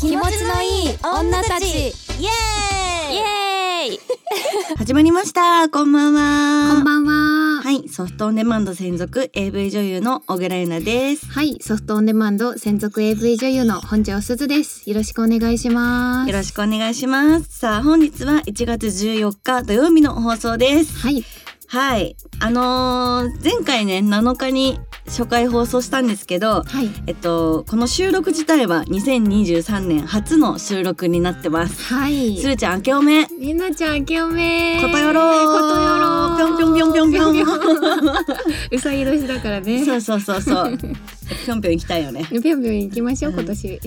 気持ちのいい女たちイエーイイエーイ始まりましたこんばんはこんばんは。はいソフトオンデマンド専属 AV 女優の小倉優奈ですはい、ソフトオンデマンド専属 AV 女優の本庄すずです。よろしくお願いします。よろしくお願いしますさあ本日は1月14日土曜日の放送ですはい、はいあのー前回ね7日に初回放送したんですけどはい、えっとこの収録自体は2023年初の収録になってますはい。すーちゃん明けおめみなちゃん、明けおめ。ことよろことよろ。ぴょんぴょんぴょんぴょんぴょんぴ うさぎ年だからね。そうそうそう そうぴょんぴょん行きたいよねぴょんぴょん行きましょう、うん今年。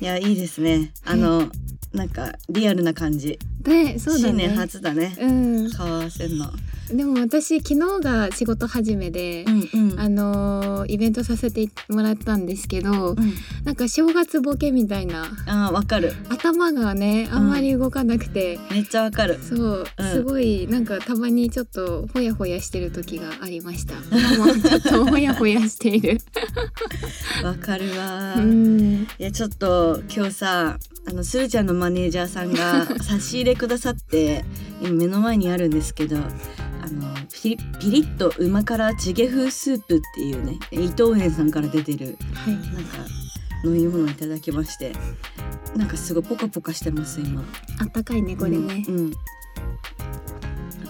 いやいいですねあの、なんかリアルな感じ、で、そうだ新ね。年初だねうん、顔合わせんのでも私昨日が仕事始めで、んうんあのーイベントさせてもらったんですけど、うん、なんか正月ボケみたいなあーわかる頭がねあんまり動かなくて、めっちゃわかるそう、うんすごいなんかたまにちょっとほやほやしてる時があり ました。今もちょっとほやほやしている。わかるわうー、いん、やちょっと今日さあのすーちゃんのマネージャーさん が差し入れくださって今目の前にあるんですけどあのピリピリッと旨辛チゲ風スープっていうね伊藤園さんから出てるはい。なんか飲み物をいただきましてなんかすごいポカポカしてます今あったかいねこれねう。んうん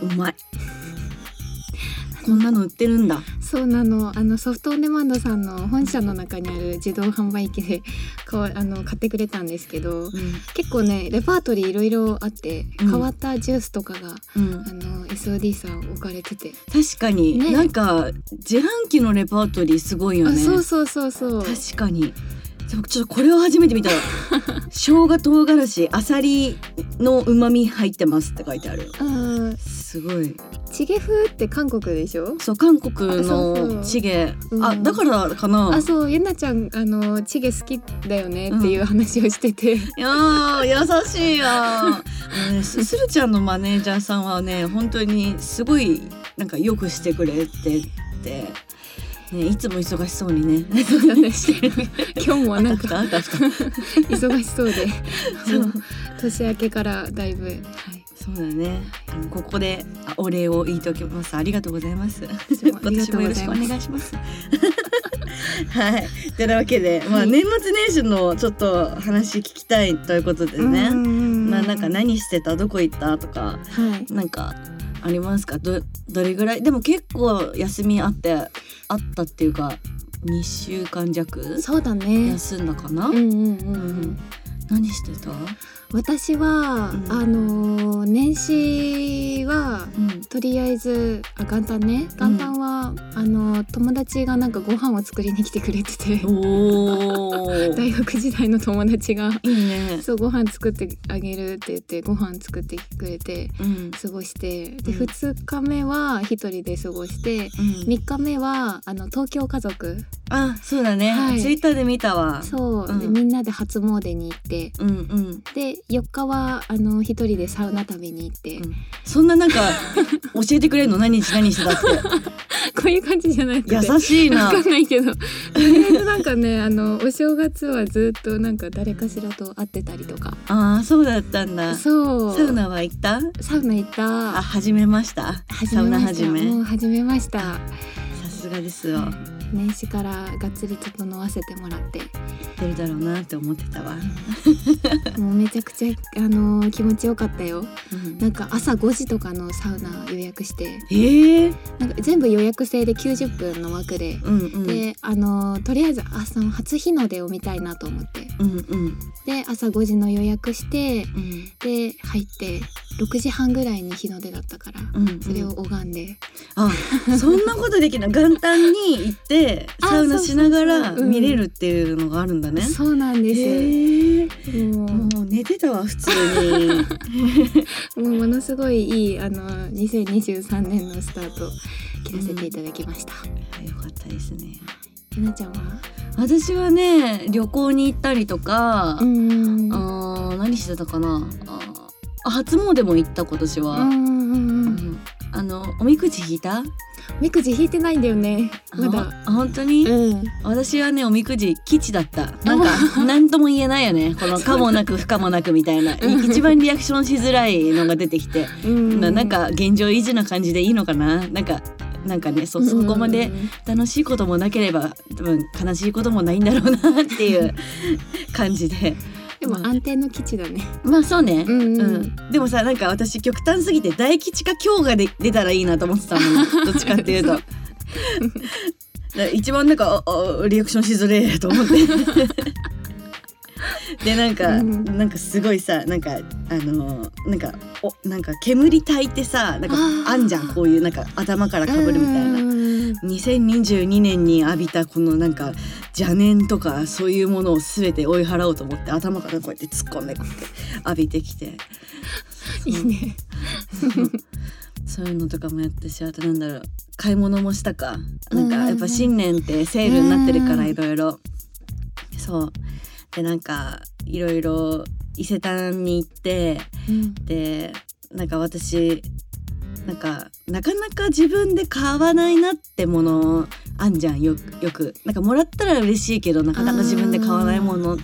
うまいこんなの売ってるんだそうなの。あのソフトオンデマンドさんの本社の中にある自動販売機で買わあの買ってくれたんですけど、結構ねレパートリーいろいろあって、うん変わったジュースとかがうん、あの SOD さん置かれてて、確かに、ねなんか自販機のレパートリーすごいよあねそうそうそうそう。確かにでもちょっとこれを初めて見 たら生姜唐辛子あさりのうまみ入ってますって書いてあるうん、すごいチゲ風って韓国でしょ？そう韓国あそうそのうチゲあうんだからかなあそうゆなちゃんあのチゲ好きだよねっていう話をして て、いやー優しいやんもうねすするちゃんのマネージャーさんはね本当にすごいなんかよくしてくれてて。ね、いつも忙しそうにね。そうだね今日もなんあたふたかあたふた忙しそうでそうあの年明けからだい ぶ、はい、 そうだね。あのここであお礼を言いときます。ありがとうございます。私もあ今りが年もとうよごろしざいくおます願いします。はい。というわけで、まあはい年末年始のちょっと話聞きたいということでね。まあなんかね、何してたどこ行ったとかはい、なんかありますかどどれぐらいでも結構休みあってあったっていうか2週間弱そうだね休んだかな、うんうんうん、ううんん、何してた、私は、うんあの年始はうん、とりあえずあ元旦ね元旦は、あの友達がなんかご飯を作りに来てくれてておー大学時代の友達がいいね、そうご飯作ってあげるって言ってご飯作ってくれてうん過ごしてでうん2日目は一人で過ごしてうん、 3日目はあの東京家族あそうだね、はいツイッターで見たわそう、でうんみんなで初詣に行ってうんうん、で4日はあの一人でサウナ旅に行 って、うんそんななんか教えてくれるの何日何してた ってこういう感じじゃないくて優しいな分かんないけどとりあえずなんかねあのお正月はずっとなんか誰かしらと会ってたりとかあーそうだったんだサそうウナは行ったサウナ行ったあ始めました始サウめナま始しためもう始めましたさすがですよ年始からがっつり整わせてもらって出るだろうなって思ってたわ、もうめちゃくちゃ、あのー気持ちよかったようんなんか朝5時とかのサウナ予約してええなんか全部予約制で90分の枠で、うんうんで、あのーとりあえず朝の初日の出を見たいなと思ってうんうんで朝5時の予約してうんで入って6時半ぐらいに日の出だったから。うんうんそれを拝んで、あそんなことできない元旦に行って あサウナしながそうらそうそううん見れるっていうのがあるんだね、そうなんです、へえもうもう寝てたわ普通 にもうものすごいいいあの2023年のスタート切らせていただきました。あよかったですねゆなちゃんは？私はね旅行に行ったりとか、んうんあー何してたかなあーあ初詣も行った今年は、うんう。うんんあのおみくじ引いたみくじ引いてないんだよねまだあ本当に、うん私はねおみくじ吉だっ たなんか何とも言えないよねこの可もなく不可もなくみたいなうん一番リアクションしづらいのが出てきて、うんななんか現状維持な感じでいいのかななんかなんかねそそこまで楽しいこともなければ多分悲しいこともないんだろうなっていう感じででも安定の基地だねまあそうね、うんうんうんでもさなんか私極端すぎて大吉か京がで出たらいいなと思ってた のどっちかっていうと。だから一番なんかああリアクションしづれえと思って でなんか、うんなんかすごいさなんかあのーなんかおなんか煙炊いてさなんかあーあんじゃんこういうなんか頭からかぶるみたいなう。ん2022年に浴びたこのなんか邪念とかそういうものを全て追い払おうと思って頭からこうやって突っ込んでこうやって浴びてきていいねそういうのとかもやったしあとなんだろう買い物もしたかなんうんうんうかんやっぱ新年ってセールになってるからうんいろいろそうでなんかいろいろ伊勢丹に行ってうんでなんか私なんかなかなか自分で買わないなってものあんじゃんよくよくなんかもらったら嬉しいけどなかなか自分で買わないもの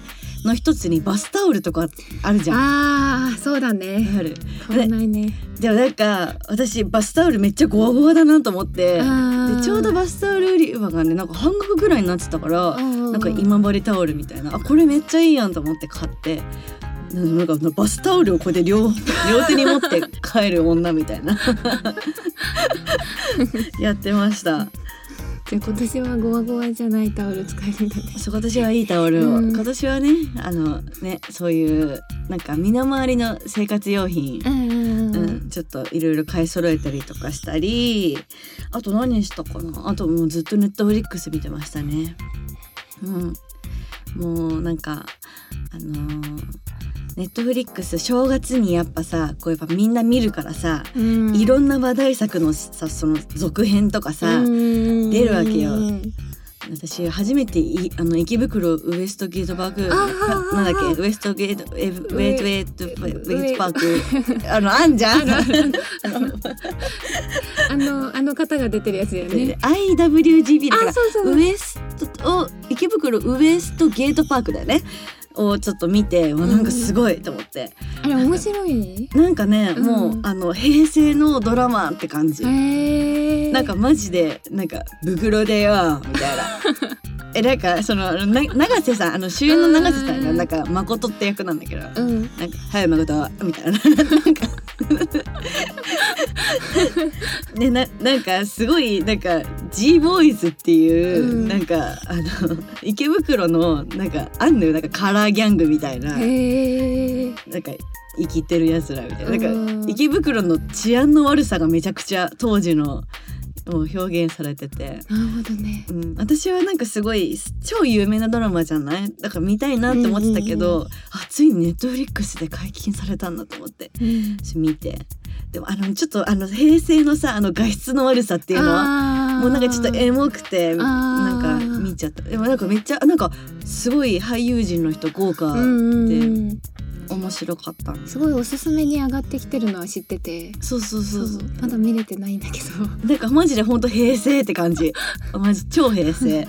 の一つにバスタオルとかあるじゃん。わああそうだねかる変わんないねでもなんか私バスタオルめっちゃゴワゴワだなと思ってででちょうどバスタオル売り場がねなんか半額ぐらいになってたからななんか今治タオルみたいなあこれめっちゃいいやんと思って買ってなんかバスタオルをこうで両両手に持って帰る女みたいなやってましたじゃあ今年はゴワゴワじゃないタオル使えるんだねそう今年はいいタオルを、うん今年はねあのねそういうなんか身の回りの生活用品、んうんうん、ちょっといろいろ買い揃えたりとかしたりあと何したかなあともうずっとネットフリックス見てましたね。うん、もうなんかあのネットフリックス正月にやっぱさこうやっぱみんな見るからさ、うんいろんな話題作のさその続編とかさ、出出るわけようん私初めていあの池袋ウエストゲートパークあーななんだっけウエストゲートえウェイトウェイトウェイトウェイトパークあのあんじゃんあのあの方が出てるやつだよね。 IWGB だからあそうそうそうウエストを池袋ウエストゲートパークだよねをちょっと見てわなんかすごいと思って、あれ面白い。なんかね、うんもうあの平成のドラマって感じ、へえ。なんかマジでなんか「ブクロでよ」みたい な。えなんかそのな永瀬さんあの主演の永瀬さんがうんなんか誠って役なんだけどなんかうん。 「はい誠」みたいななんかねななんかすごいなんか G ボーイズっていう、うんなんかあの池袋のなんかあんのよなんかカラーギャングみたいななんかへえ。生きてるやつらみたいななんかうん池袋の治安の悪さがめちゃくちゃ当時のもう表現されてて、なるほどね。うん、私はなんかすごい超有名なドラマじゃないだから見たいなって思ってたけど、うんあついにネットフリックスで解禁されたんだと思って私見てでもあのちょっとあの平成のさあの画質の悪さっていうのはあーもうなんかちょっとエモくてあなーんか見ちゃったでもなんかめっちゃなんかすごい俳優陣の人豪華、うんうんうん。面白かったすごいおすすめに上がってきてるのは知ってて。そうそうそうそうまだ見れてないんだけど。なんかマジで本当平成って感じマジ超平成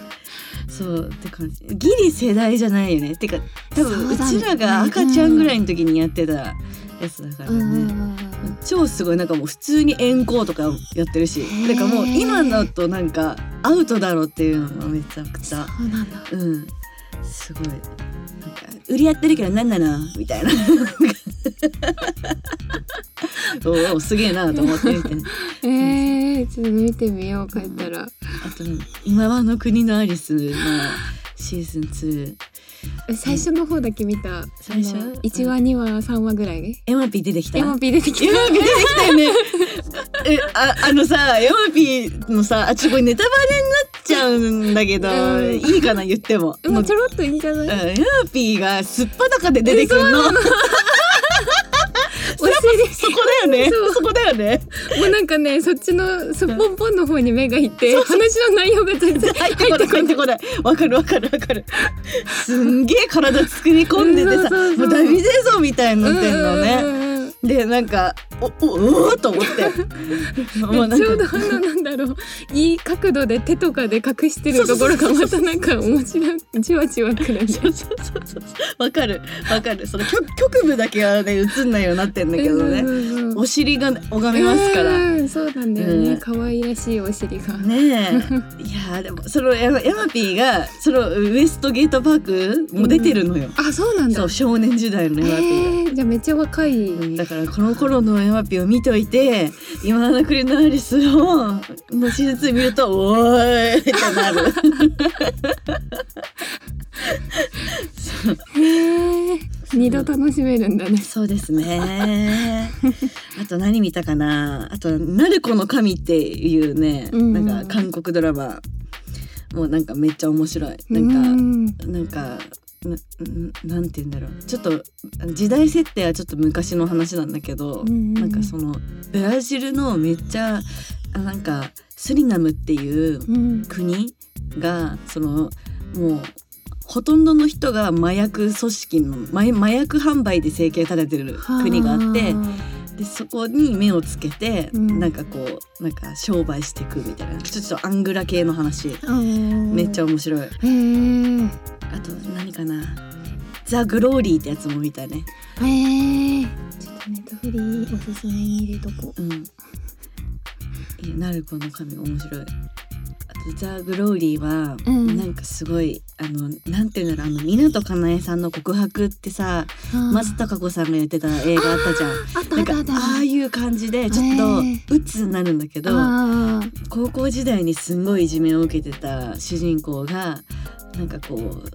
そうって感じギリ世代じゃないよねてか多分そううだちねらが赤ちゃんぐらいの時にやってたやつだからうんうね、ん超すごいなんかもう普通に遠行とかやってるしへーなんかもう今だとなんかアウトだろっていうのがめちゃくちゃそうな んだ。うんすごいなんか売りやってるけど何なのみたいな おおすげえなと思ってみたいなええ、ちょっと見てみよう帰ったら。あと今はの国のアリスのシーズン2最初の方だけ見た。最初あの一話二話三話ぐらい。エマピー出てきたエマピー出てきエた。マピー出てきたよね えああのさエマピーのさあちょっとこれネタバレになっちゃうんだけど、うんいいかな言っても。ももううちょろっといいんじゃない。うんエマピーがすっぱだかで出てくるの。そお尻でこだよね。そうそこだよね。もうなんかねそっちのそポンポンの方に目がいって話の内容が全然入ってこない、入ってこない。わかる、わかる、わかる。すんげえ体作り込んでてうんさ、そうそうそうもうダビデ像みたいになってんのね。うんうんうんでなんかおおおーと思ってもうなん ちょうどかあのなんだだろういい角度で手とかで隠してるところがまたなんか面白いじわじわくるねそうそうそうそうわかるわかるその局局部だけはね映んないようになってんだけどねお尻が拝めますから、うんそうなんだようねん可愛らしいお尻がねえいやーでもそのヤマヤマピーがそのウエストゲートパークも出てるのよ、あそうなんそだう少年時代のえヤマピーが。ーじゃあめっちゃ若い、うんだからこの頃のヤマピーを見ておいて今のクリナーリスをの手術見ると「おーい!」ってなるそうへえ二度楽しめるんだねそうですねあと何見たかなあと「ナルコの神」っていうね、うんなんか韓国ドラマもうなんかめっちゃ面白いなんか、うんなんかなななんて言うんだろうちょっと時代設定はちょっと昔の話なんだけど、うんうんうんなんかそのブラジルのめっちゃあなんかスリナムっていううん国がそのもうほとんどの人が麻薬組織の麻麻薬販売で生計立ててる国があってはでそこに目をつけて、うんなんかこうなんか商売していくみたいなちょちょっとアングラ系の話あうんめっちゃ面白い。へえあと何かなザ・グローリーってやつも見たね、へえちょっとネットフリーおすすめに入れとこうん、えナルコの神面白いあとザ・グローリーは、うんなんかすごいあのなんていうんだろうあの湊かなえさんの告白ってさう松たか子さんがやってた映画あったじゃんあったなあっんかたあったああいう感じでちょっねと鬱になるんだけど、あー高校時代にすんごいいじめを受けてた主人公がなんかこう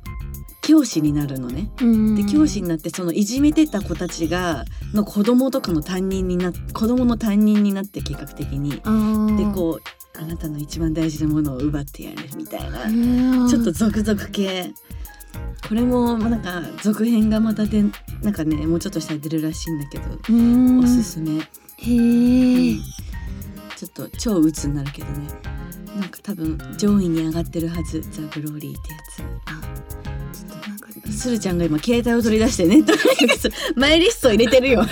教師になるのね。うんで教師になってそのいじめてた子たちがの子供とかの担任にな子供の担任になって計画的にであーこうあなたの一番大事なものを奪ってやるみたいなへーちょっとゾクゾク系これもまあなんか続編がまたでなんかねもうちょっとしたら出るらしいんだけどうんおすすめ、へえうんちょっと超鬱になるけどねなんか多分上位に上がってるはずザ・グローリーってやつ。ちょっとなんかスルちゃんが今携帯を取り出してねとにかくマイリストを入れてる よ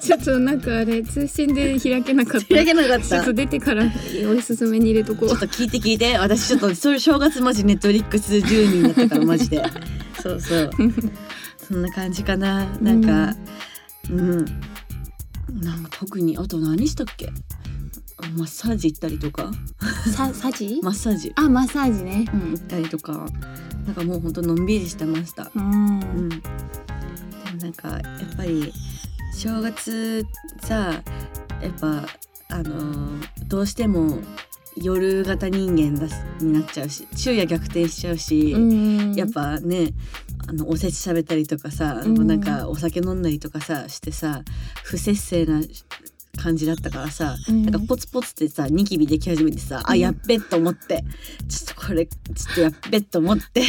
ちょっとなんかあれ通信で開けなかった開けなかっ ちょたっと出てからおすすめに入れとこちょっと聞いて聞いて私ちょっとそれ正月マジネットフリックス10人になったからマジでそうそうそんな感じかななんかうん、なんか特にあと何したっけマッサージ行ったりとかうさサジマッサージ、あマッサージねうん、行ったりとかなんかもうほんとのんびりしてましたうんうん、でもなんかやっぱり正月さやっぱあのーどうしても夜型人間だすになっちゃうし昼夜逆転しちゃうし、うんやっぱねあのおせち食べたりとかさ、うんもうなんかお酒飲んだりとかさしてさ不節制な感じだったからさ、うんなんかポツポツってさニキビでき始めてさ、あうんやっべと思ってちょっとこれちょっとやっべと思って。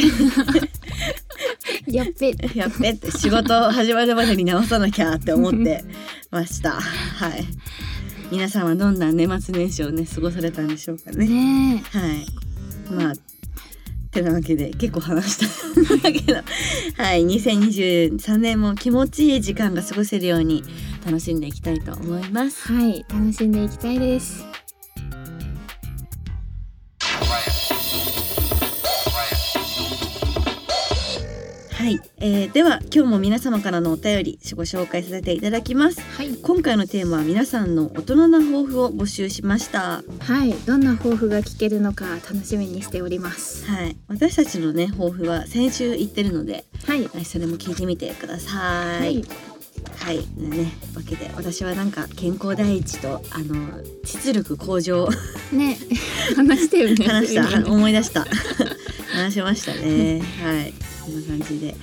やっべ やっべって仕事始まるまでに直さなきゃって思ってました。はい。皆さんはどんな年末年始をね過ごされたんでしょうかね。ねはい。まあ。てなわけで結構話しただけどはい2023年も気持ちいい時間が過ごせるように楽しんでいきたいと思いますはい楽しんでいきたいですはい、えーでは今日も皆様からのお便りご紹介させていただきますはい今回のテーマは皆さんの大人な抱負を募集しましたはいどんな抱負が聞けるのか楽しみにしておりますはい、私たちのね抱負は先週言ってるので、はいはいそれも聞いてみてくださはいい。はい、ねわけで私はなんか健康第一とあの実力向上ね 話してるね話し急に たね思い出した話しましたねはいこんな感じで、はい、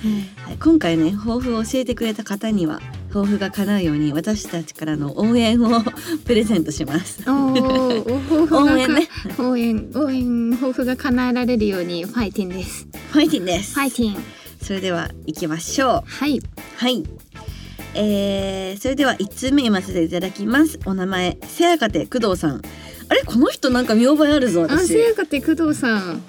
今回ね抱負を教えてくれた方には抱負が叶うように私たちからの応援を プレゼントしますおーお抱負が応援ねか応援応援抱負が叶えられるようにファイティンですファイティンです、ファイティンそれでは行きましょうはいはい。えー、それでは1通目読ませていただきます。お名前、せやかて工藤さん。あれこの人なんか見覚えあるぞ、あ私。せやかて工藤さん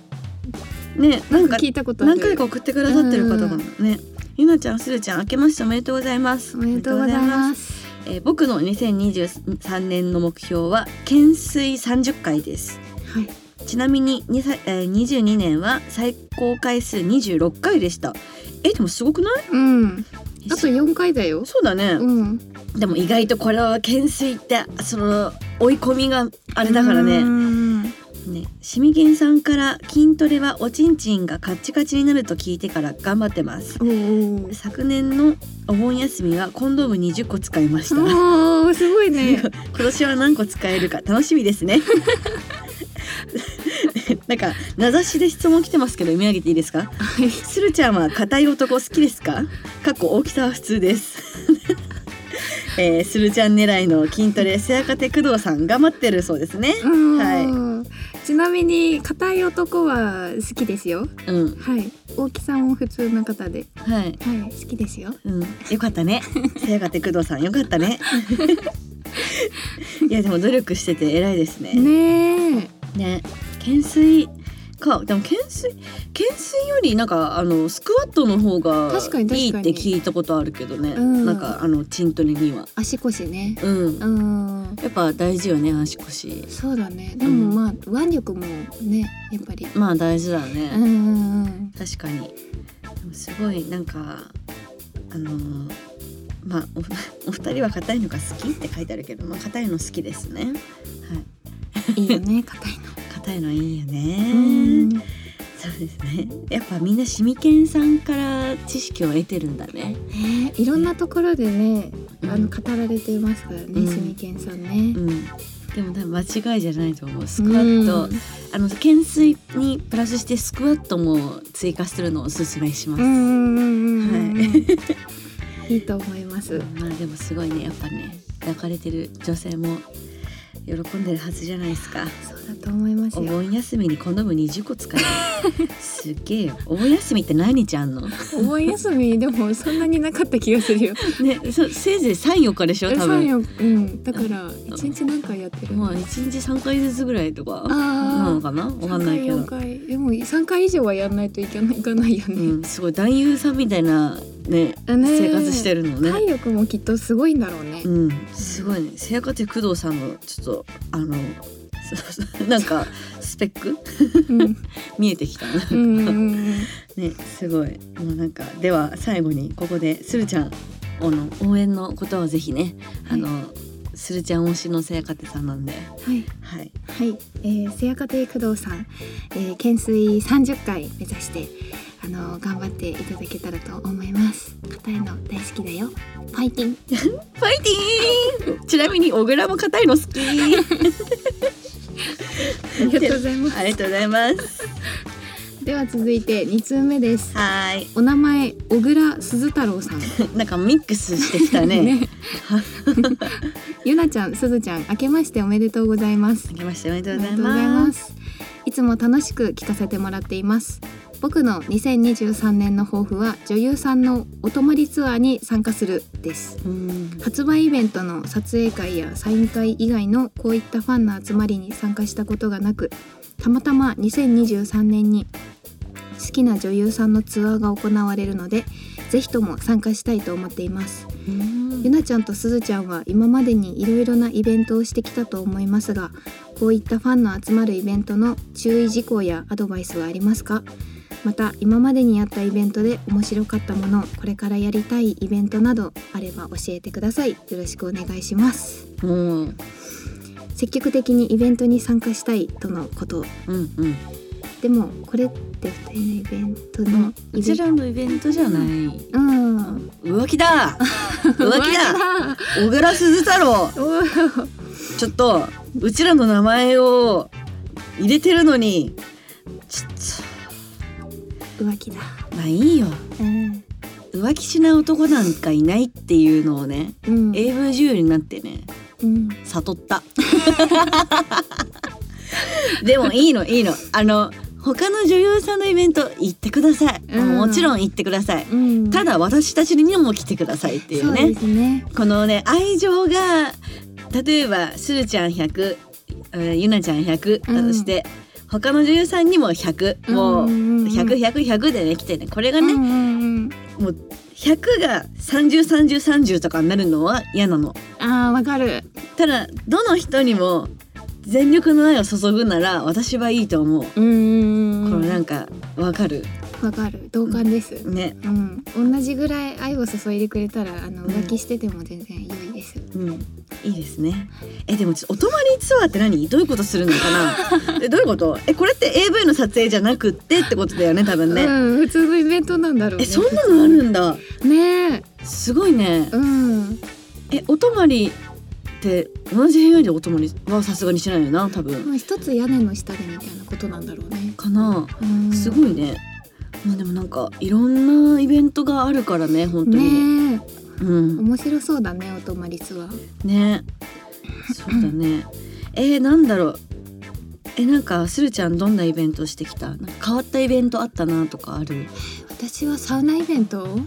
ね、なんか聞いたことある何回か送ってくださってる方がね。ゆなちゃん、するちゃん、明けましておめでとうございます。おめでとうござおめいでとうございま。ますすえー僕の2023年の目標は懸垂30回ですはいちなみににさえー22年は最高回数26回でしたえでもすごくないうんあと4回だよそうだね、うんでも意外とこれは懸垂ってその追い込みがあれだからうねんねシミゲンさんから筋トレはおちんちんがカッチカチになると聞いてから頑張ってますおーおー昨年のお盆休みはコンドーム20個使いました今あーすご いね年は何個使えるか楽しみです ねなんか名指しで質問来てますけど読み上げていいですかスルちゃんは硬い男好きですかかっこ大きさは普通です、 えー、スルちゃん狙いの筋トレせやかて工藤さん頑張ってるそうですねうんはちなみに硬い男は好きですようんはい大きさも普通の方ではいはい好きですようん、よかったね。せやかて工藤さん、よかったね。 いや、でも努力してて偉いですね。ねえね、懸垂か、でも懸垂、懸垂より、なんか、あの、スクワットの方が。確かに確かにいいって聞いたことあるけどね。うんなんか、あの、筋トレには。足腰ねうん。うんやっぱ大事よね、足腰。そうだねでうんもまあ腕力もねやっぱりまあ、大事だうんうね。んうん確かに。でもすごい、なんか。あのーまあ、お お二人は硬いのが好きって書いてあるけど、まあ、硬いの好きですね。はい。 いいよね硬い硬いのいいよのうんね。そうですね。やっぱみんなシミケンさんから知識を得てるんだね。ねいろんなところでねあうんの語られていますからうんねすみけんさんねうん。でも多分間違いじゃないと思う。スクワット、あの懸垂にプラスしてスクワットも追加するのをおすすめしまうす。んうんうんうんうんはい いいと思いますまあでもすごいね。やっぱね、抱かれてる女性も喜んでるはずじゃないですか。そうだと思いますおよ盆休みにコンドーム20個使える。 すげえよ。お盆休みって何日あん の？お盆休みでもそんなになかった気がす るよね、そせいぜい3、4日でしょ。多分。ようんだから一日何回やってるまあ一日三回ずつぐらいとかなあのあかなわかんないけど3、回4回でも3回以上はやんないといけないいかないようねん、すごい男優さんみたいなねだね生活してるのね。体力もきっとすごいんだろうねうん、すごいね。せやかて工藤さんのちょっとあの そうそうなんかスペックうん見えてきたな。うんう んうんねすごい。もうなんかでは最後にここでするちゃんあの応援のことはぜひねあの、するちゃん推しのせやかてさんなんで。はいはい。はい、えー、せやかて工藤さん、えー、懸垂30回目指してあの頑張っていただけたらと思います硬いの大好きだよファ イティンファイティーン。ちなみに小倉も硬いの好 き。ありがとうございますありがとうございます。では続いて2通目ですはーい。お名前小倉鈴太郎さんなんかミックスしてきたね。 ゆなちゃん、すずちゃん、明けましておめでとうございますあ。けましておめであとうりごがざいうとございま。ますす。いつも楽しく聞かせてもらっています。僕の2023年の抱負は女優さんのお泊まりツアーに参加するです。うん発売イベントの撮影会やサイン会以外のこういったファンの集まりに参加したことがなくたまたま2023年に好きな女優さんのツアーが行われるのでぜひとも参加したいと思っていますゆなちゃんとすずちゃんは今までにいろいろなイベントをしてきたと思いますがこういったファンの集まるイベントの注意事項やアドバイスはありますかまた今までにやったイベントで面白かったものこれからやりたいイベントなどあれば教えてくださいよろしくお願いしますもう、積極的にイベントに参加したいとのことうんうん。でもこれって普通のイベントのイうベちントらのイベントじゃない。うん浮気 だ。浮気だ。だ小倉鈴太郎。おーちょっと、うちらの名前を入れてるのに。ちょっ浮気だと、まあいいよ。うん浮気しない男なんかいないっていうのをね、うん英文自由になってね、うん悟った。 でもいいのいいの。あの他の女優さんのイベント行ってください。うんもちろん行ってください。うんただ私たちにも来てくださいっていうそうでね。すね。このね愛情が例えばするちゃん100、えーゆなちゃん100うんそして他の女優さんにも100、もう100 100、100、100でね来てねこれがうんね、うんうんもう100が303030とかになるのは嫌なのあーわかるただどの人にも全力の愛を注ぐなら私はいいと思う、うーこのなんんかわかるわかる同感です、ねうん、同じぐらい愛を注いでくれたらあのうん浮気してても全然良いです、うんいいですねえでもちょっとお泊まりツアーって何どういうことするのかな えどういうことえこれって AV の撮影じゃなくってってことだよね多分ね、うん普通のイベントなんだろうねえそんなのあるんだねえすごいねうんえお泊まりって同じ部屋でお泊まりはさすがにしないよな多分まあ一つ屋根の下でみたいなことなんだろうねかなうんすごいねまあでもなんかいろんなイベントがあるからね本当にねねうんえ面白そうだねお泊まりツアーねそうだねえー、なんだろうえなんかするちゃんどんなイベントしてきたなんか変わったイベントあったなとかある私はサウナイベント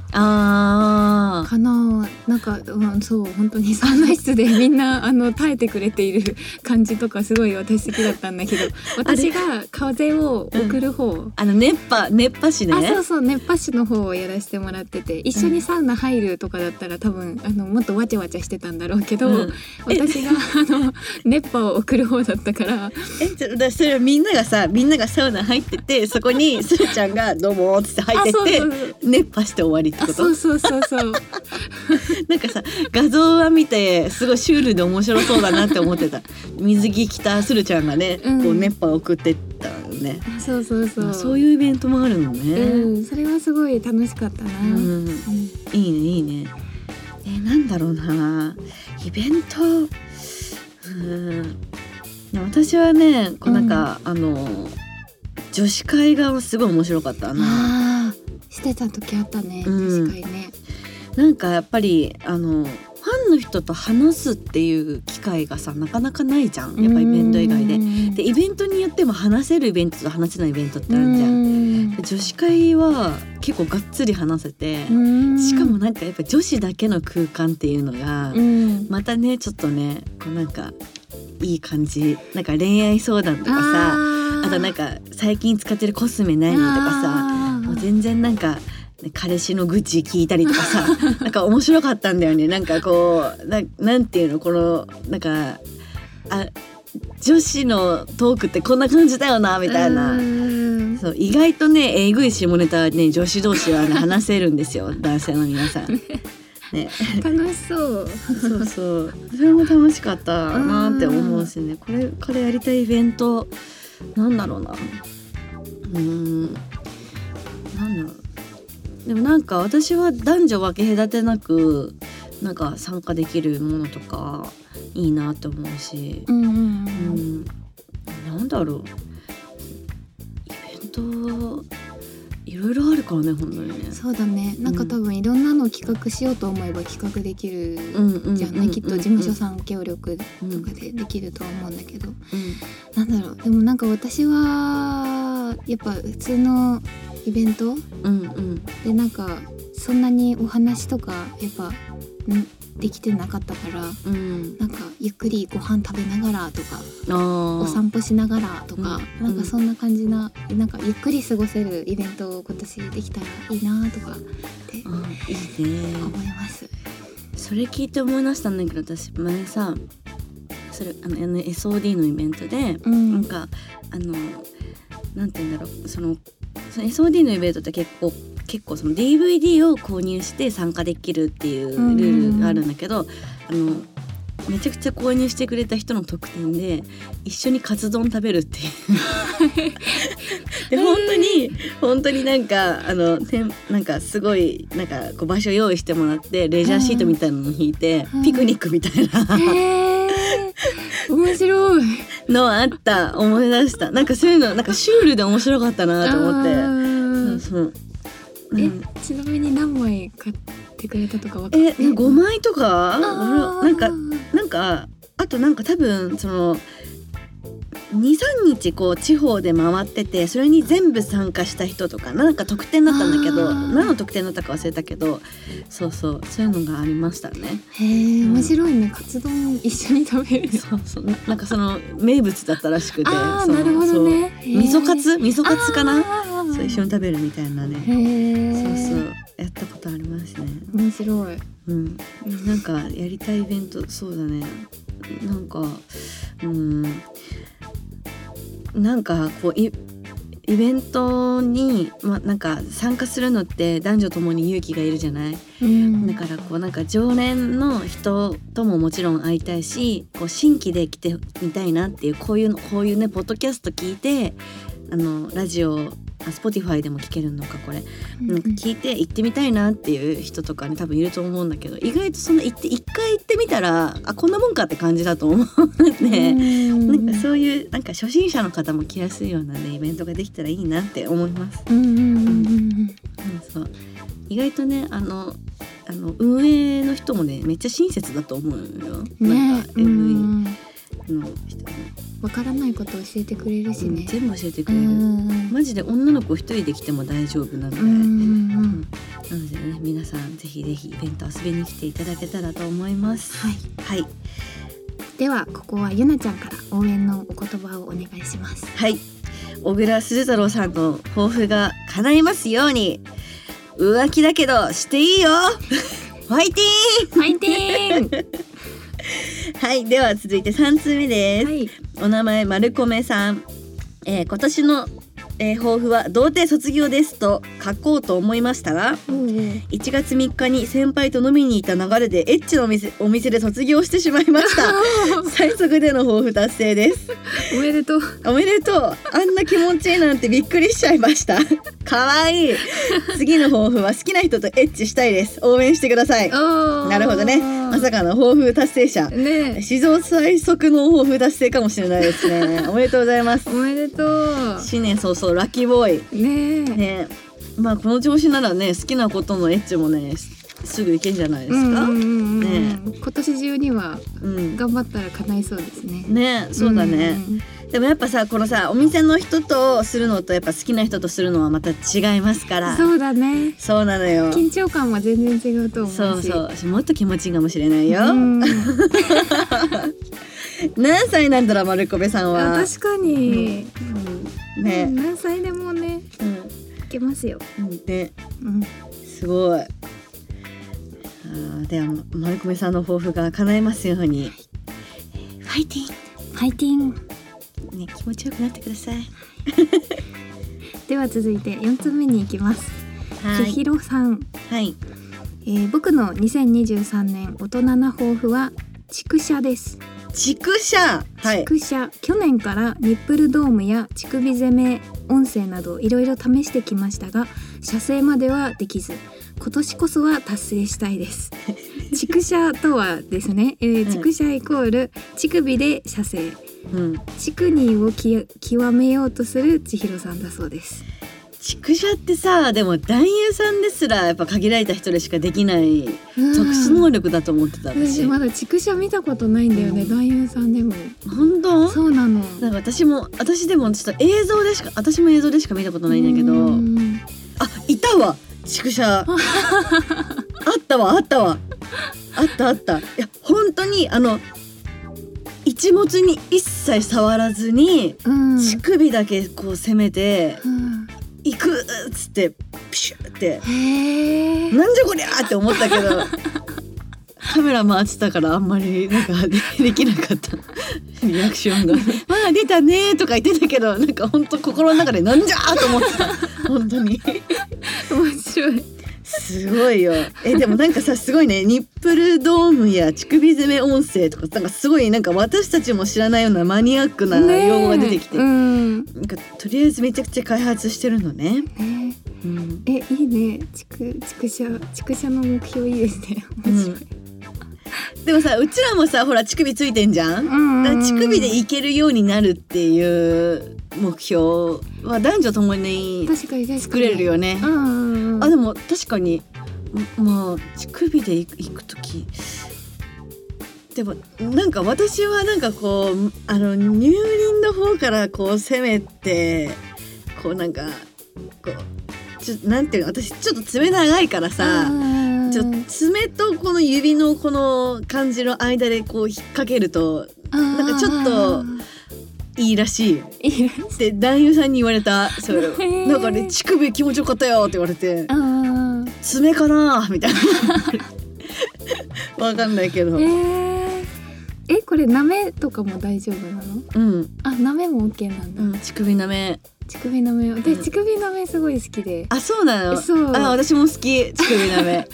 あかななんか、うん、そう本当にサウナ室でみ んなあの耐えてくれている感じとかすごい私好きだったんだけど私が風を送る方、ーあの熱波熱波師ねあそうそう熱波師の方をやらせてもらってて一緒にサウナ入るとかだったら多分あのもっとわちゃわちゃしてたんだろうけど、うん私があの熱波を送る方だったからえちょだからそれはみんながさみんながサウナ入っててそこ にするちゃんが「どうも」っつって入あってそうってそうそう熱波して終わりってあこそとうそうそうそうなんかさ画像は見てすごいシュールで面白そうだなって思ってた水着着たするちゃんがね、うんこう熱波送ってったのねあそうそう そそううそういうイベントもあるのね、うん、それはすごい楽しかったな、ううんんいいねいいねえーなんだろうなイベントうーんでも私はねこうなんか、あの女子会がすごい面白かったなああしてた時あったね、うん確かにねなんかやっぱりあのファンの人と話すっていう機会がさなかなかないじゃんやっぱイベント以外で。でイベントによっても話せるイベントと話せないイベントってあるじゃん。ん女子会は結構がっつり話せて、うんしかもなんかやっぱ女子だけの空間っていうのが、うんまたねちょっとねこうなんかいい感じなんか恋愛相談とかさああとなんかか最近使ってるコスメ何とかささもう全然なんかね彼氏の愚痴聞いたりとか さなんか面白かったんだよねなんかこうななんていうのこのなんかあ女子のトークってこんな感じだよなみたいな。うんそう意外とねえぐい下ネタはね女子同士は、ね、話せるん ですよ男性の皆さん。ね、楽しそう。そうそうそれも楽しかったなって思うしねこれからやりたいイベントなんだろうなうーんなんだろうでもなんか私は男女分け隔てなくなんか参加できるものとかいいなって思うしうんううんんなんだろうイベントいろいろあるからね本当にねうん。。そうだね。なんか多分いろんなのを企画しようと思えば企画できるうんうんじゃうんうなんい。きっと事務所さん協力うとかんでできるとは思うんだけど、なんだろう。でもなんか私はやっぱ普通のイベントうんうんでなんかそんなにお話とかやっぱんできてなかったから。うんなんかゆっくりご飯食べながらとかあーお散歩しながらとか、うんなんかそんな感じな、なんかゆっくり過ごせるイベントを今年できたらいいなとかってあいいね思います。それ聞いて思い出したんだけど私前さそれあの SOD のイベントでうなんん、かあのなんて言うんだろうそのその SOD のイベントって結構結構その DVD を購入して参加できるっていうルールがあるんだけど、あのめちゃくちゃ購入してくれた人の特典で一緒にカツ丼食べるっていう で本当に本当になんかあのてんなんかすごいなんかこう場所用意してもらってレジャーシートみたいなの引いて、うんピクニックみたいな、へえー、面白い。のあった思い出したなんかそういうのなんかシュールで面白かったなと思ってそうて。そう、うえん、ちなみに何枚買ってくれたとかわかえ5枚とかあ俺なんかなんかあとなんか多分その23日こう地方で回っててそれに全部参加した人とかなんか特典だったんだけどあー何の特典だったか忘れたけどそうそうそういうのがありましたね。へえ面白いねカツ丼一緒に食べる。そうそうななんかその名物だったらしくてああそのなるほどね。へそうー味噌カツ味噌カツかなあーそう一緒に食べるみたいなねへえ。そうそうやったことあ白い。うん、なんかやりたいイベントそうだねなんかうんなんかこういイベントに、まあ、なんか参加するのって男女ともに勇気がいるじゃないうんだからこうなんか常連の人とももちろん会いたいしこう新規で来てみたいなっていうこういうのこういうねポッドキャスト聞いてあのラジオあ Spotify でも聞けるのかこれなんか聞いて行ってみたいなっていう人とかね多分いると思うんだけど意外とその行って一回行ってみたらあこんなもんかって感じだと思 うんで、なんかそういうなんか初心者の方も来やすいようなねイベントができたらいいなって思います。うんうんうんうんうんそう意外とねあのあの運営の人もねめっちゃ親切だと思うよ。うんなんねかう MV んの人も、わからないこと教えてくれるしね。全部教えてくうれる。んうんマジで女の子一人で来ても大丈夫なので、うんうんうんなのでね皆さんぜひぜひイベント遊びに来ていただけたらと思いますはい。はいではここはゆなちゃんから応援のお言葉をお願いします。はい小倉鈴太郎さんの抱負が叶いますように浮気だけどしていいよ ファイテファイティン。ィーンはいでは続いて3通目です、はい。お名前丸米さん、えー今年の、えー抱負は童貞卒業ですと書こうと思いましたが1月3日に先輩と飲みに行った流れでエッチのお店お店で卒業してしまいました 最速での抱負達成ですおめでとう。おめでとうあんな気持ちいいなんてびっくりしちゃいましたかわいい次の抱負は好きな人とエッチしたいです応援してください ななるほどねまさかの抱負達成者ねえ史上最速の抱負達成かもしれないですねおめでとうございますおめでとう。新年早々ラッキーボーイねえ。ねまあこの調子ならね好きなことのエッチもねすすぐいけんじゃないでうすんうか、んうんねうん。今年中にはうん頑張ったら叶いそうですね。ねそうだね、んでもやっぱさこのさお店の人とするのとやっぱ好きな人とするのはまた違いますかうらん。そうだね。そうなのよ緊張感は全然違うと思うし。そうそうもっと気持ちいいかもしれないよ、うん何歳なんだろう丸小部さんは確かに。うんねうん何歳でもね、うんいけますよ。うんねうん。すごいあーでは丸小部さんの抱負が叶えますように、ファイティファイティンン。ね気持ちよくなってくださいでは続いて四つ目に行きます。は千尋さん、はいえー、僕の2023年大人な抱負は畜舎です。畜舎はい畜舎、去年からニップルドームや乳首攻め音声などいろいろ試してきましたが、射精まではできず、今年こそは達成したい です。畜舎とはですね、えーうん畜舎イコール乳首で射精、うんチクニーをき極めようとする千尋さんだそうです。畜舎ってさでも男優さんですらやっぱ限られた人でしかできない特殊能力だと思ってた私、私まだ畜舎見たことないんだよね、うん男優さんでも本当そうなのなんか私も私でもちょっと映像でしか私も映像でしか見たことないんだけどうんあいたわ畜舎あ ったわあったわあったあったいや本当にあの一物に一切触らずに、うん乳首だけこう攻めてうん行くっつってピシュってへ えなんじゃこりゃーって思ったけど カメラ回ってたからあんまりなんか でできなかった リアクションが「 まあ出たね」とか言ってたけどなんか本当心の中で「なんじゃ!」と思ってた本当に面白いすごいよえでもなんかさすごいねニップルドームや乳首攻め音声とかなんかすごいなんか私たちも知らないようなマニアックなねえ用語が出てきて、うんねなんかとりあえずめちゃくちゃ開発してるのね、うんえいいね畜畜舎畜舎の目標いいですねう面白い、ん、でもさうちらもさほら乳首ついてんじゃんうんだから乳首でいけるようになるっていう目標は男女ともに確かに確かに作れるよねう。んうんうんあでも確かにまあ乳首でいくいく時でもなんか私はなんかこうあの乳輪の方からこう攻めてこうなんかこうちょなんていうの私ちょっと爪長いからさ。うんちょっと爪とこの指のこの感じの間でこう引っ掛けるとなんかちょっといいらしいっいいて男優さんに言われたそれへーなんかね乳首気持ちよかったよって言われてあー爪かなみたい なわかんないけど、えー、えこれなめとかも大丈夫なのうん、あなめも OK なんだ、うん、乳首なめ乳首なめ私うん乳首なめすごい好きで、あそうなのそうあ私も好き乳首な め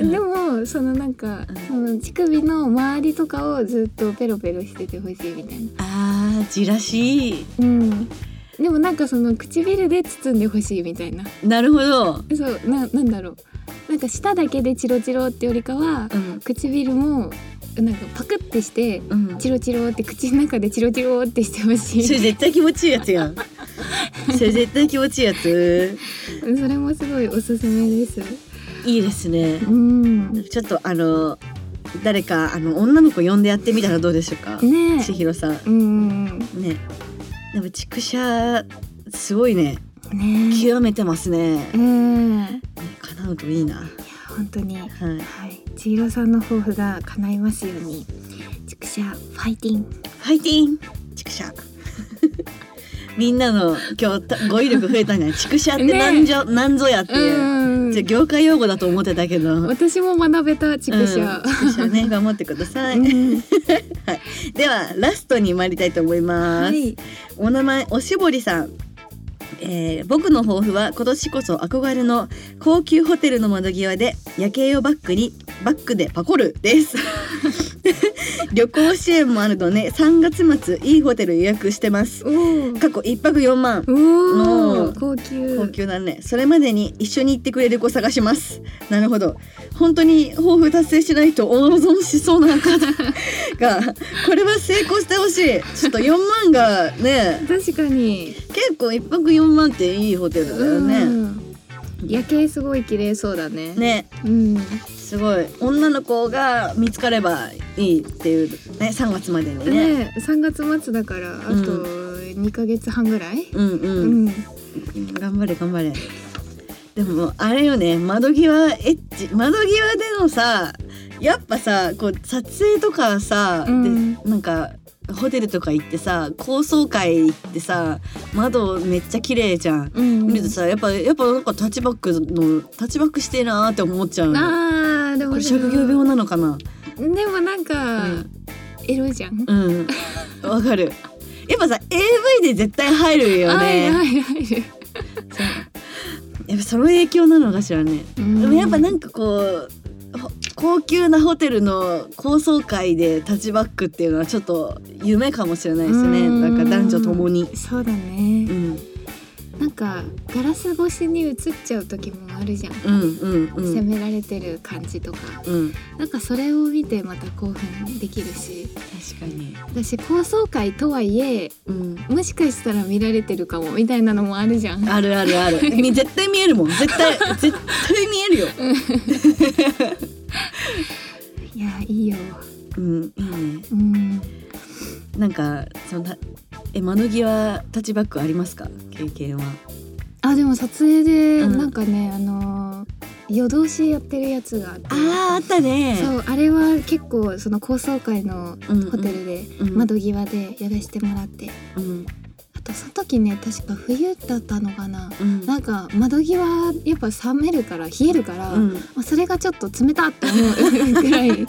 うんでもそのなんか、うんその乳首の周りとかをずっとペロペロしててほしいみたいなあーじらしいうんでもなんかその唇で包んでほしいみたいななるほど、そうななんだろうなんか舌だけでチロチロってよりかはうん唇もなんかパクってしてうん、チロチロって口の中でチロチロってしてほしいそれ絶対気持ちいいやつや んそれ絶対気持ちいいやつうんそれもすごいおすすめですいいですねうんねちょっとあの誰かあの女の子呼んでやってみたらどうでしょうか千尋さんえうんねでも畜舎すごいねねえ極めてますね、うんいや叶うといいなは本当にはいフ千尋さんの抱負が叶いますように畜舎ファイティングァイティン畜舎 みんなの今日た語彙力増えたんじゃない畜舎ってなんじゃ、なんぞやっていう、うんじゃあ業界用語だと思ってたけど私も学べた畜舎うん、畜舎ね頑張ってください、うんではラストに参りたいと思います、はいお名前おしぼりさん、えー僕の抱負は今年こそ憧れの高級ホテルの窓際で夜景をバックにバックでパコるです 旅行支援もあるので3月末いいホテル予約してますおー過去1泊4万おおー高級高級だねそれまでに一緒に行ってくれる子探しますなるほど本当に抱負達成しないと大損しそうな方がこれは成功してほしいちょっと4万がね確かに、結構一泊4万っていいホテルだよね。うん夜景すごい綺麗そうだねね、うんすごい女の子が見つかればいいっていうね、3月までにね。ね三月末だからあと二ヶ月半ぐらい、うんううん、ん頑張れ頑張れ。でもあれよね、窓際エッチ、窓際でのさ、やっぱさ、こう撮影とかさ、うんでなんか。ホテルとか行ってさ高層階行ってさ窓めっちゃ綺麗じゃん、うん見るとさやっぱやっぱなんかタッチバックのタッチバックしてえなーって思っちゃうのあーでこもれ職業病なのかなでもなんか、うんエロいじゃん、うんわかるやっぱさ AV で絶対入るよはいねはいはいやっぱその影響なのかしらね、うんでもやっぱなんかこうほ高級なホテルの高層階でタッチバックっていうのはちょっと夢かもしれないですねうんなんか男女ともにそうだうね、んなんかガラス越しに映っちゃう時もあるじゃん、うんうんう責んめられてる感じとかうんなんかそれを見てまた興奮できるし確かに私高層階とはいえうんもしかしたら見られてるかもみたいなのもあるじゃん。あるある あるみ絶対見えるもん絶対絶対見えるよいやいいよ。うんいいねうん。なんかそのたえ窓際タッチバックありますか経験はあでも撮影でうんなんかね、あのー夜通しやってるやつがあって。ああったねそうあれは結構その高層階のうんうんホテルでうん窓際でやらせてもらって、うんあとその時ね確か冬だったのかな。うんなんか窓際やっぱ冷めるから冷えるから、うんまあ、それがちょっと冷たって思うくらいなん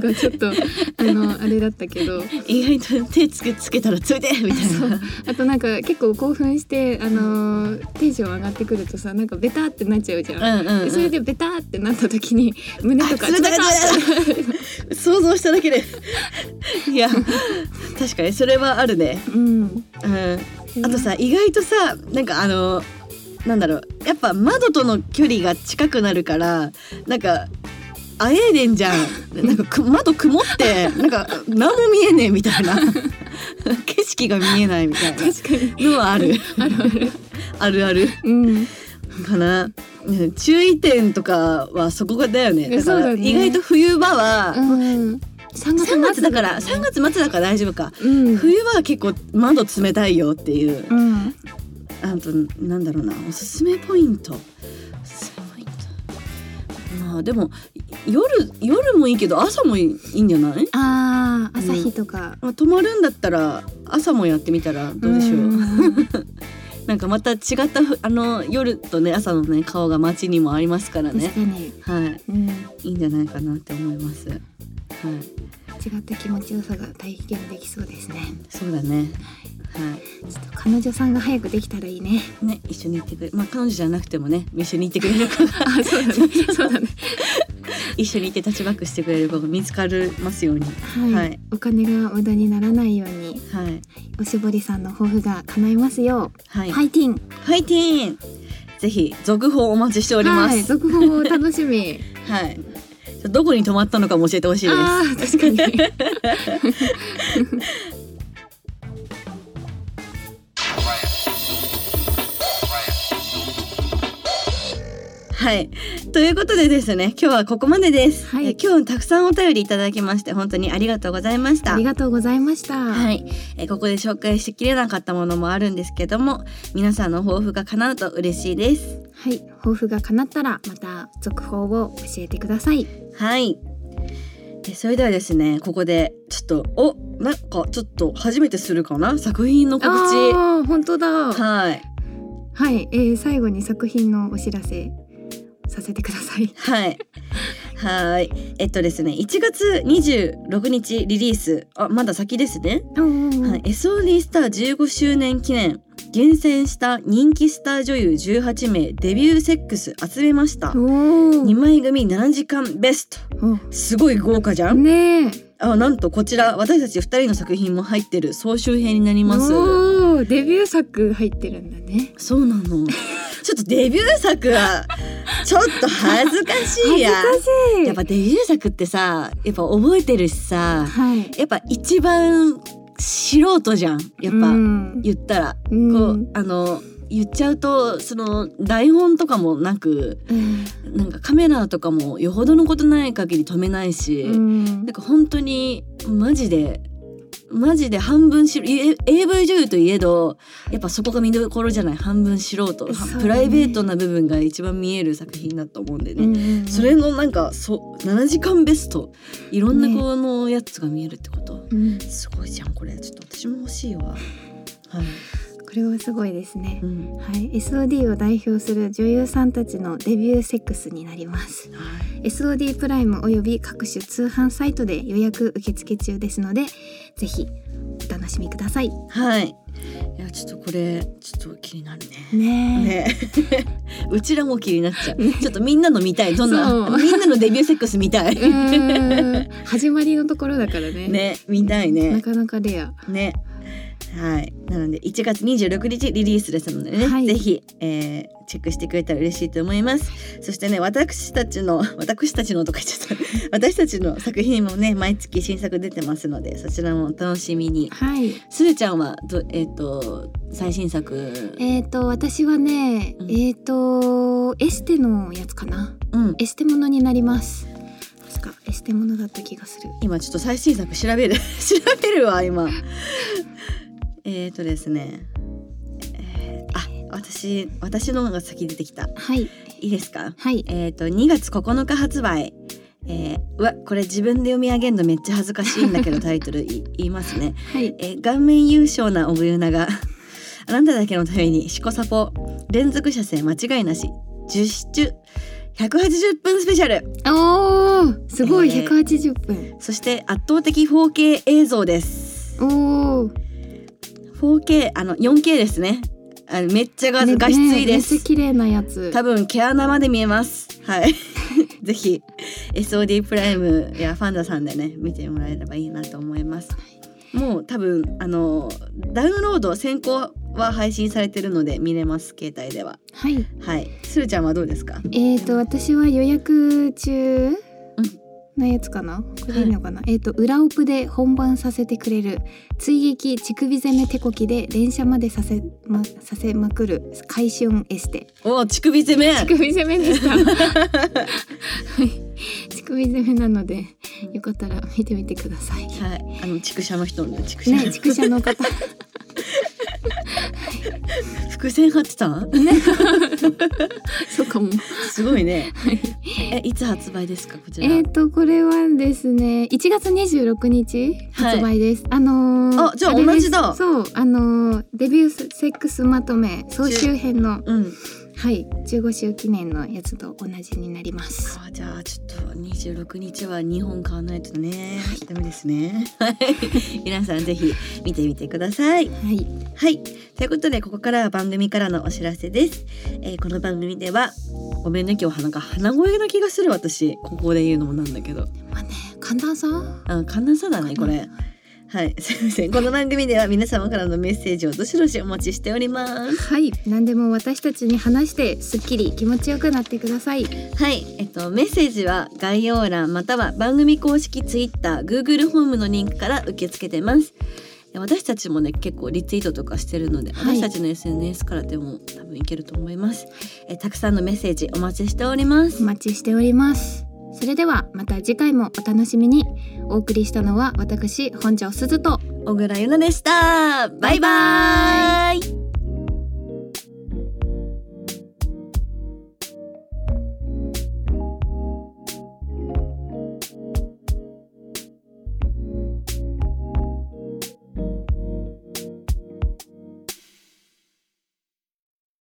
かちょっとあのあれだったけど意外と手つけつけたらついてみたいなあとなんか結構興奮してあのーテンション上がってくるとさなんかベタってなっちゃうじゃん。うんうん、うでん、それでベタってなった時に胸とかあ冷たかった冷たかっ想像しただけでいや確かにそれはあるねたうんうんあとさ意外とさなんかあのなんだろうやっぱ窓との距離が近くなるからなんかあえいでんじゃん なんかく窓曇ってなんか何も見えねえみたいな 景色が見えないみたいな確かにのはあるあるあるあるあるうんかなね注意点とかはそこがだよねだかそうらだね意外と冬場は、うん三3月だから三3月末だから大丈夫か、うん冬場は結構窓冷たいよっていううんあとなんだろうなおすすめポイントおすすめポイントまあでも夜夜もいいけど朝もいいいいんじゃない、あー朝日とか まあ、泊まるんだったら朝もやってみたらどうでしょう、んなんかまた違ったふあの夜とね朝のね顔が街にもありますから確ねかに、はうん、い違いいんじゃないかなって思いますはいった気持ちよさが体験できそうですねそうだねはちょっと彼女さんが早くできたらいいねいね一緒に行ってくれまあ彼女じゃなくてもね一緒に行ってくれる子が あそうだねそうだね一緒に行ってタッチバックしてくれる子が見つかりますようにはい、はいお金が無駄にならないようにはいおしぼりさんの抱負が叶いますよはう、いファイティンファイティーンぜひ続報お待ちしておりまはいす続報を楽 しみはいどこに泊まったのかも教えてほしいですあー確かに はい。ということでですね、今日はここまでです。はいえ今日たくさんお便りいただきまして、本当にありがとうございました。ありがとうございました、はい、えーここで紹介しきれなかったものもあるんですけども皆さんの抱負が叶うと嬉しいですはい、抱負が叶ったらまた続報を教えてください。はいえそれではですねここでちょっとおなんかちょっと初めてするかな作品の告知ああ、本当だ。ははいい、えー、最後に作品のお知らせさせてください。はい。はい。えっとですね、1月26日リリース、あ、まだ先ですね。はい、SOD スター15周年記念、厳選した人気スター女優18名デビューセックス集めました。お2枚組7時間ベスト。お。すごい豪華じゃんねえ。あ、なんとこちら、私たち2人の作品も入ってる総集編になります。おお、デビュー作入ってるんだね。そうなの。ちょっとデビュー作は、ちょっと恥ずかしいや。恥ずかしい。やっぱデビュー作ってさやっぱ覚えてるしさはい。やっぱ一番素人じゃんやっぱ、うん言ったら、うんこうあの言っちゃうとその台本とかもなくうんなんかカメラとかもよほどのことない限り止めないし、うんなんか本当にマジでマジで半分し AV 女優といえどやっぱそこが見どころじゃない半分素人、そうだねプライベートな部分が一番見える作品だと思うんでね。うんそれのなんかそう7時間ベストいろんなこのやつが見えるってこと、うんこすごいじゃんこれちょっと私も欲しいわはい、れはすごいですねう。んははい、SOD を代表する女優さんたちのデビューセックスになります。い、 SOD プライムおよび各種通販サイトで予約受付中ですのでぜひお楽しみくださいはい、いやちょっとこれちょっと気になるねねね うちらも気になっちゃうちょっとみんなの見たいどんそなうみんなのデビューセックス見たい うーん始まりのところだからねね見たいなねかなかレアねはいなので1月26日リリースですのでね、はいぜひ、えーチェックしてくれたら嬉しいと思いますそしてね私たちの 私たちのとか言っちゃった 私たちの作品もね毎月新作出てますのでそちらもお楽しみにはいすずちゃんはどえっ、と最新作えー、と私はね、うんえー、とエステのやつかなうんエステものになります確かエステものだった気がする今ちょっと最新作調べる 調べるわ今えっとですね、えーあ私私のが先出てきたはいいいですかはいえっ、と2月9日発売。えーうわこれ自分で読み上げるのめっちゃ恥ずかしいんだけどタイトルい言いますね。はいえー顔面優秀なオブユナが あなただけのためにシコサポ連続射精間違いなし10シチュ180分スペシャルおーすごい、えー180分そして圧倒的 4K 映像ですおお 4K あの 4K ですねあのめっちゃ画画質いいです、めっちゃ綺麗なやつ多分毛穴まで見えますはい ぜひ SOD プライムやファンダさんでね見てもらえればいいなと思いますもう多分あのダウンロード先行は配信されてるので見れます携帯でははいはいするちゃんはどうですかえー、と私は予約中うんのやつかな、これでいいのかな、えっ、と裏オプで本番させてくれる追撃乳首攻め手こきで連射までさせまさせまくる回春エステお乳首攻め 乳首攻めでしたはい乳首攻めなのでよかったら見てみてくださいはいあの畜舎の人の畜舎、ね畜舎の方副伏線張って た そうかも。すごいねえいつ発売ですかこちら、えっ、とこれはですね1月26日はい発売です、あのーあじゃあれです同じだそうあのーデビューセックスまとめ総集編のうんはい15周記念のやつと同じになりますあじゃあちょっと26日は2本買わないとね、ダメですねはい皆さんぜひ見てみてくださいはいはい。ということで、ここからは番組からのお知らせです。えーこの番組では、ごめんね、今日なんか鼻声な気がする私。ここで言うのもなんだけど。まあね寒暖差あ、寒暖差だね、これ。はい、すいません。この番組では皆様からのメッセージをどしどしお待ちしております。はい何でも私たちに話してすっきり気持ちよくなってくださいはい、えっと、メッセージは概要欄または番組公式 Twitter、Google ホームのリンクから受け付けてます。え私たちもね結構リツイートとかしてるので、はい私たちの SNS からでも多分いけると思いますえたくさんのメッセージお待ちしておりますお待ちしておりますそれではまた次回もお楽しみにお送りしたのは私本庄すずと小倉優奈でしたバイバイ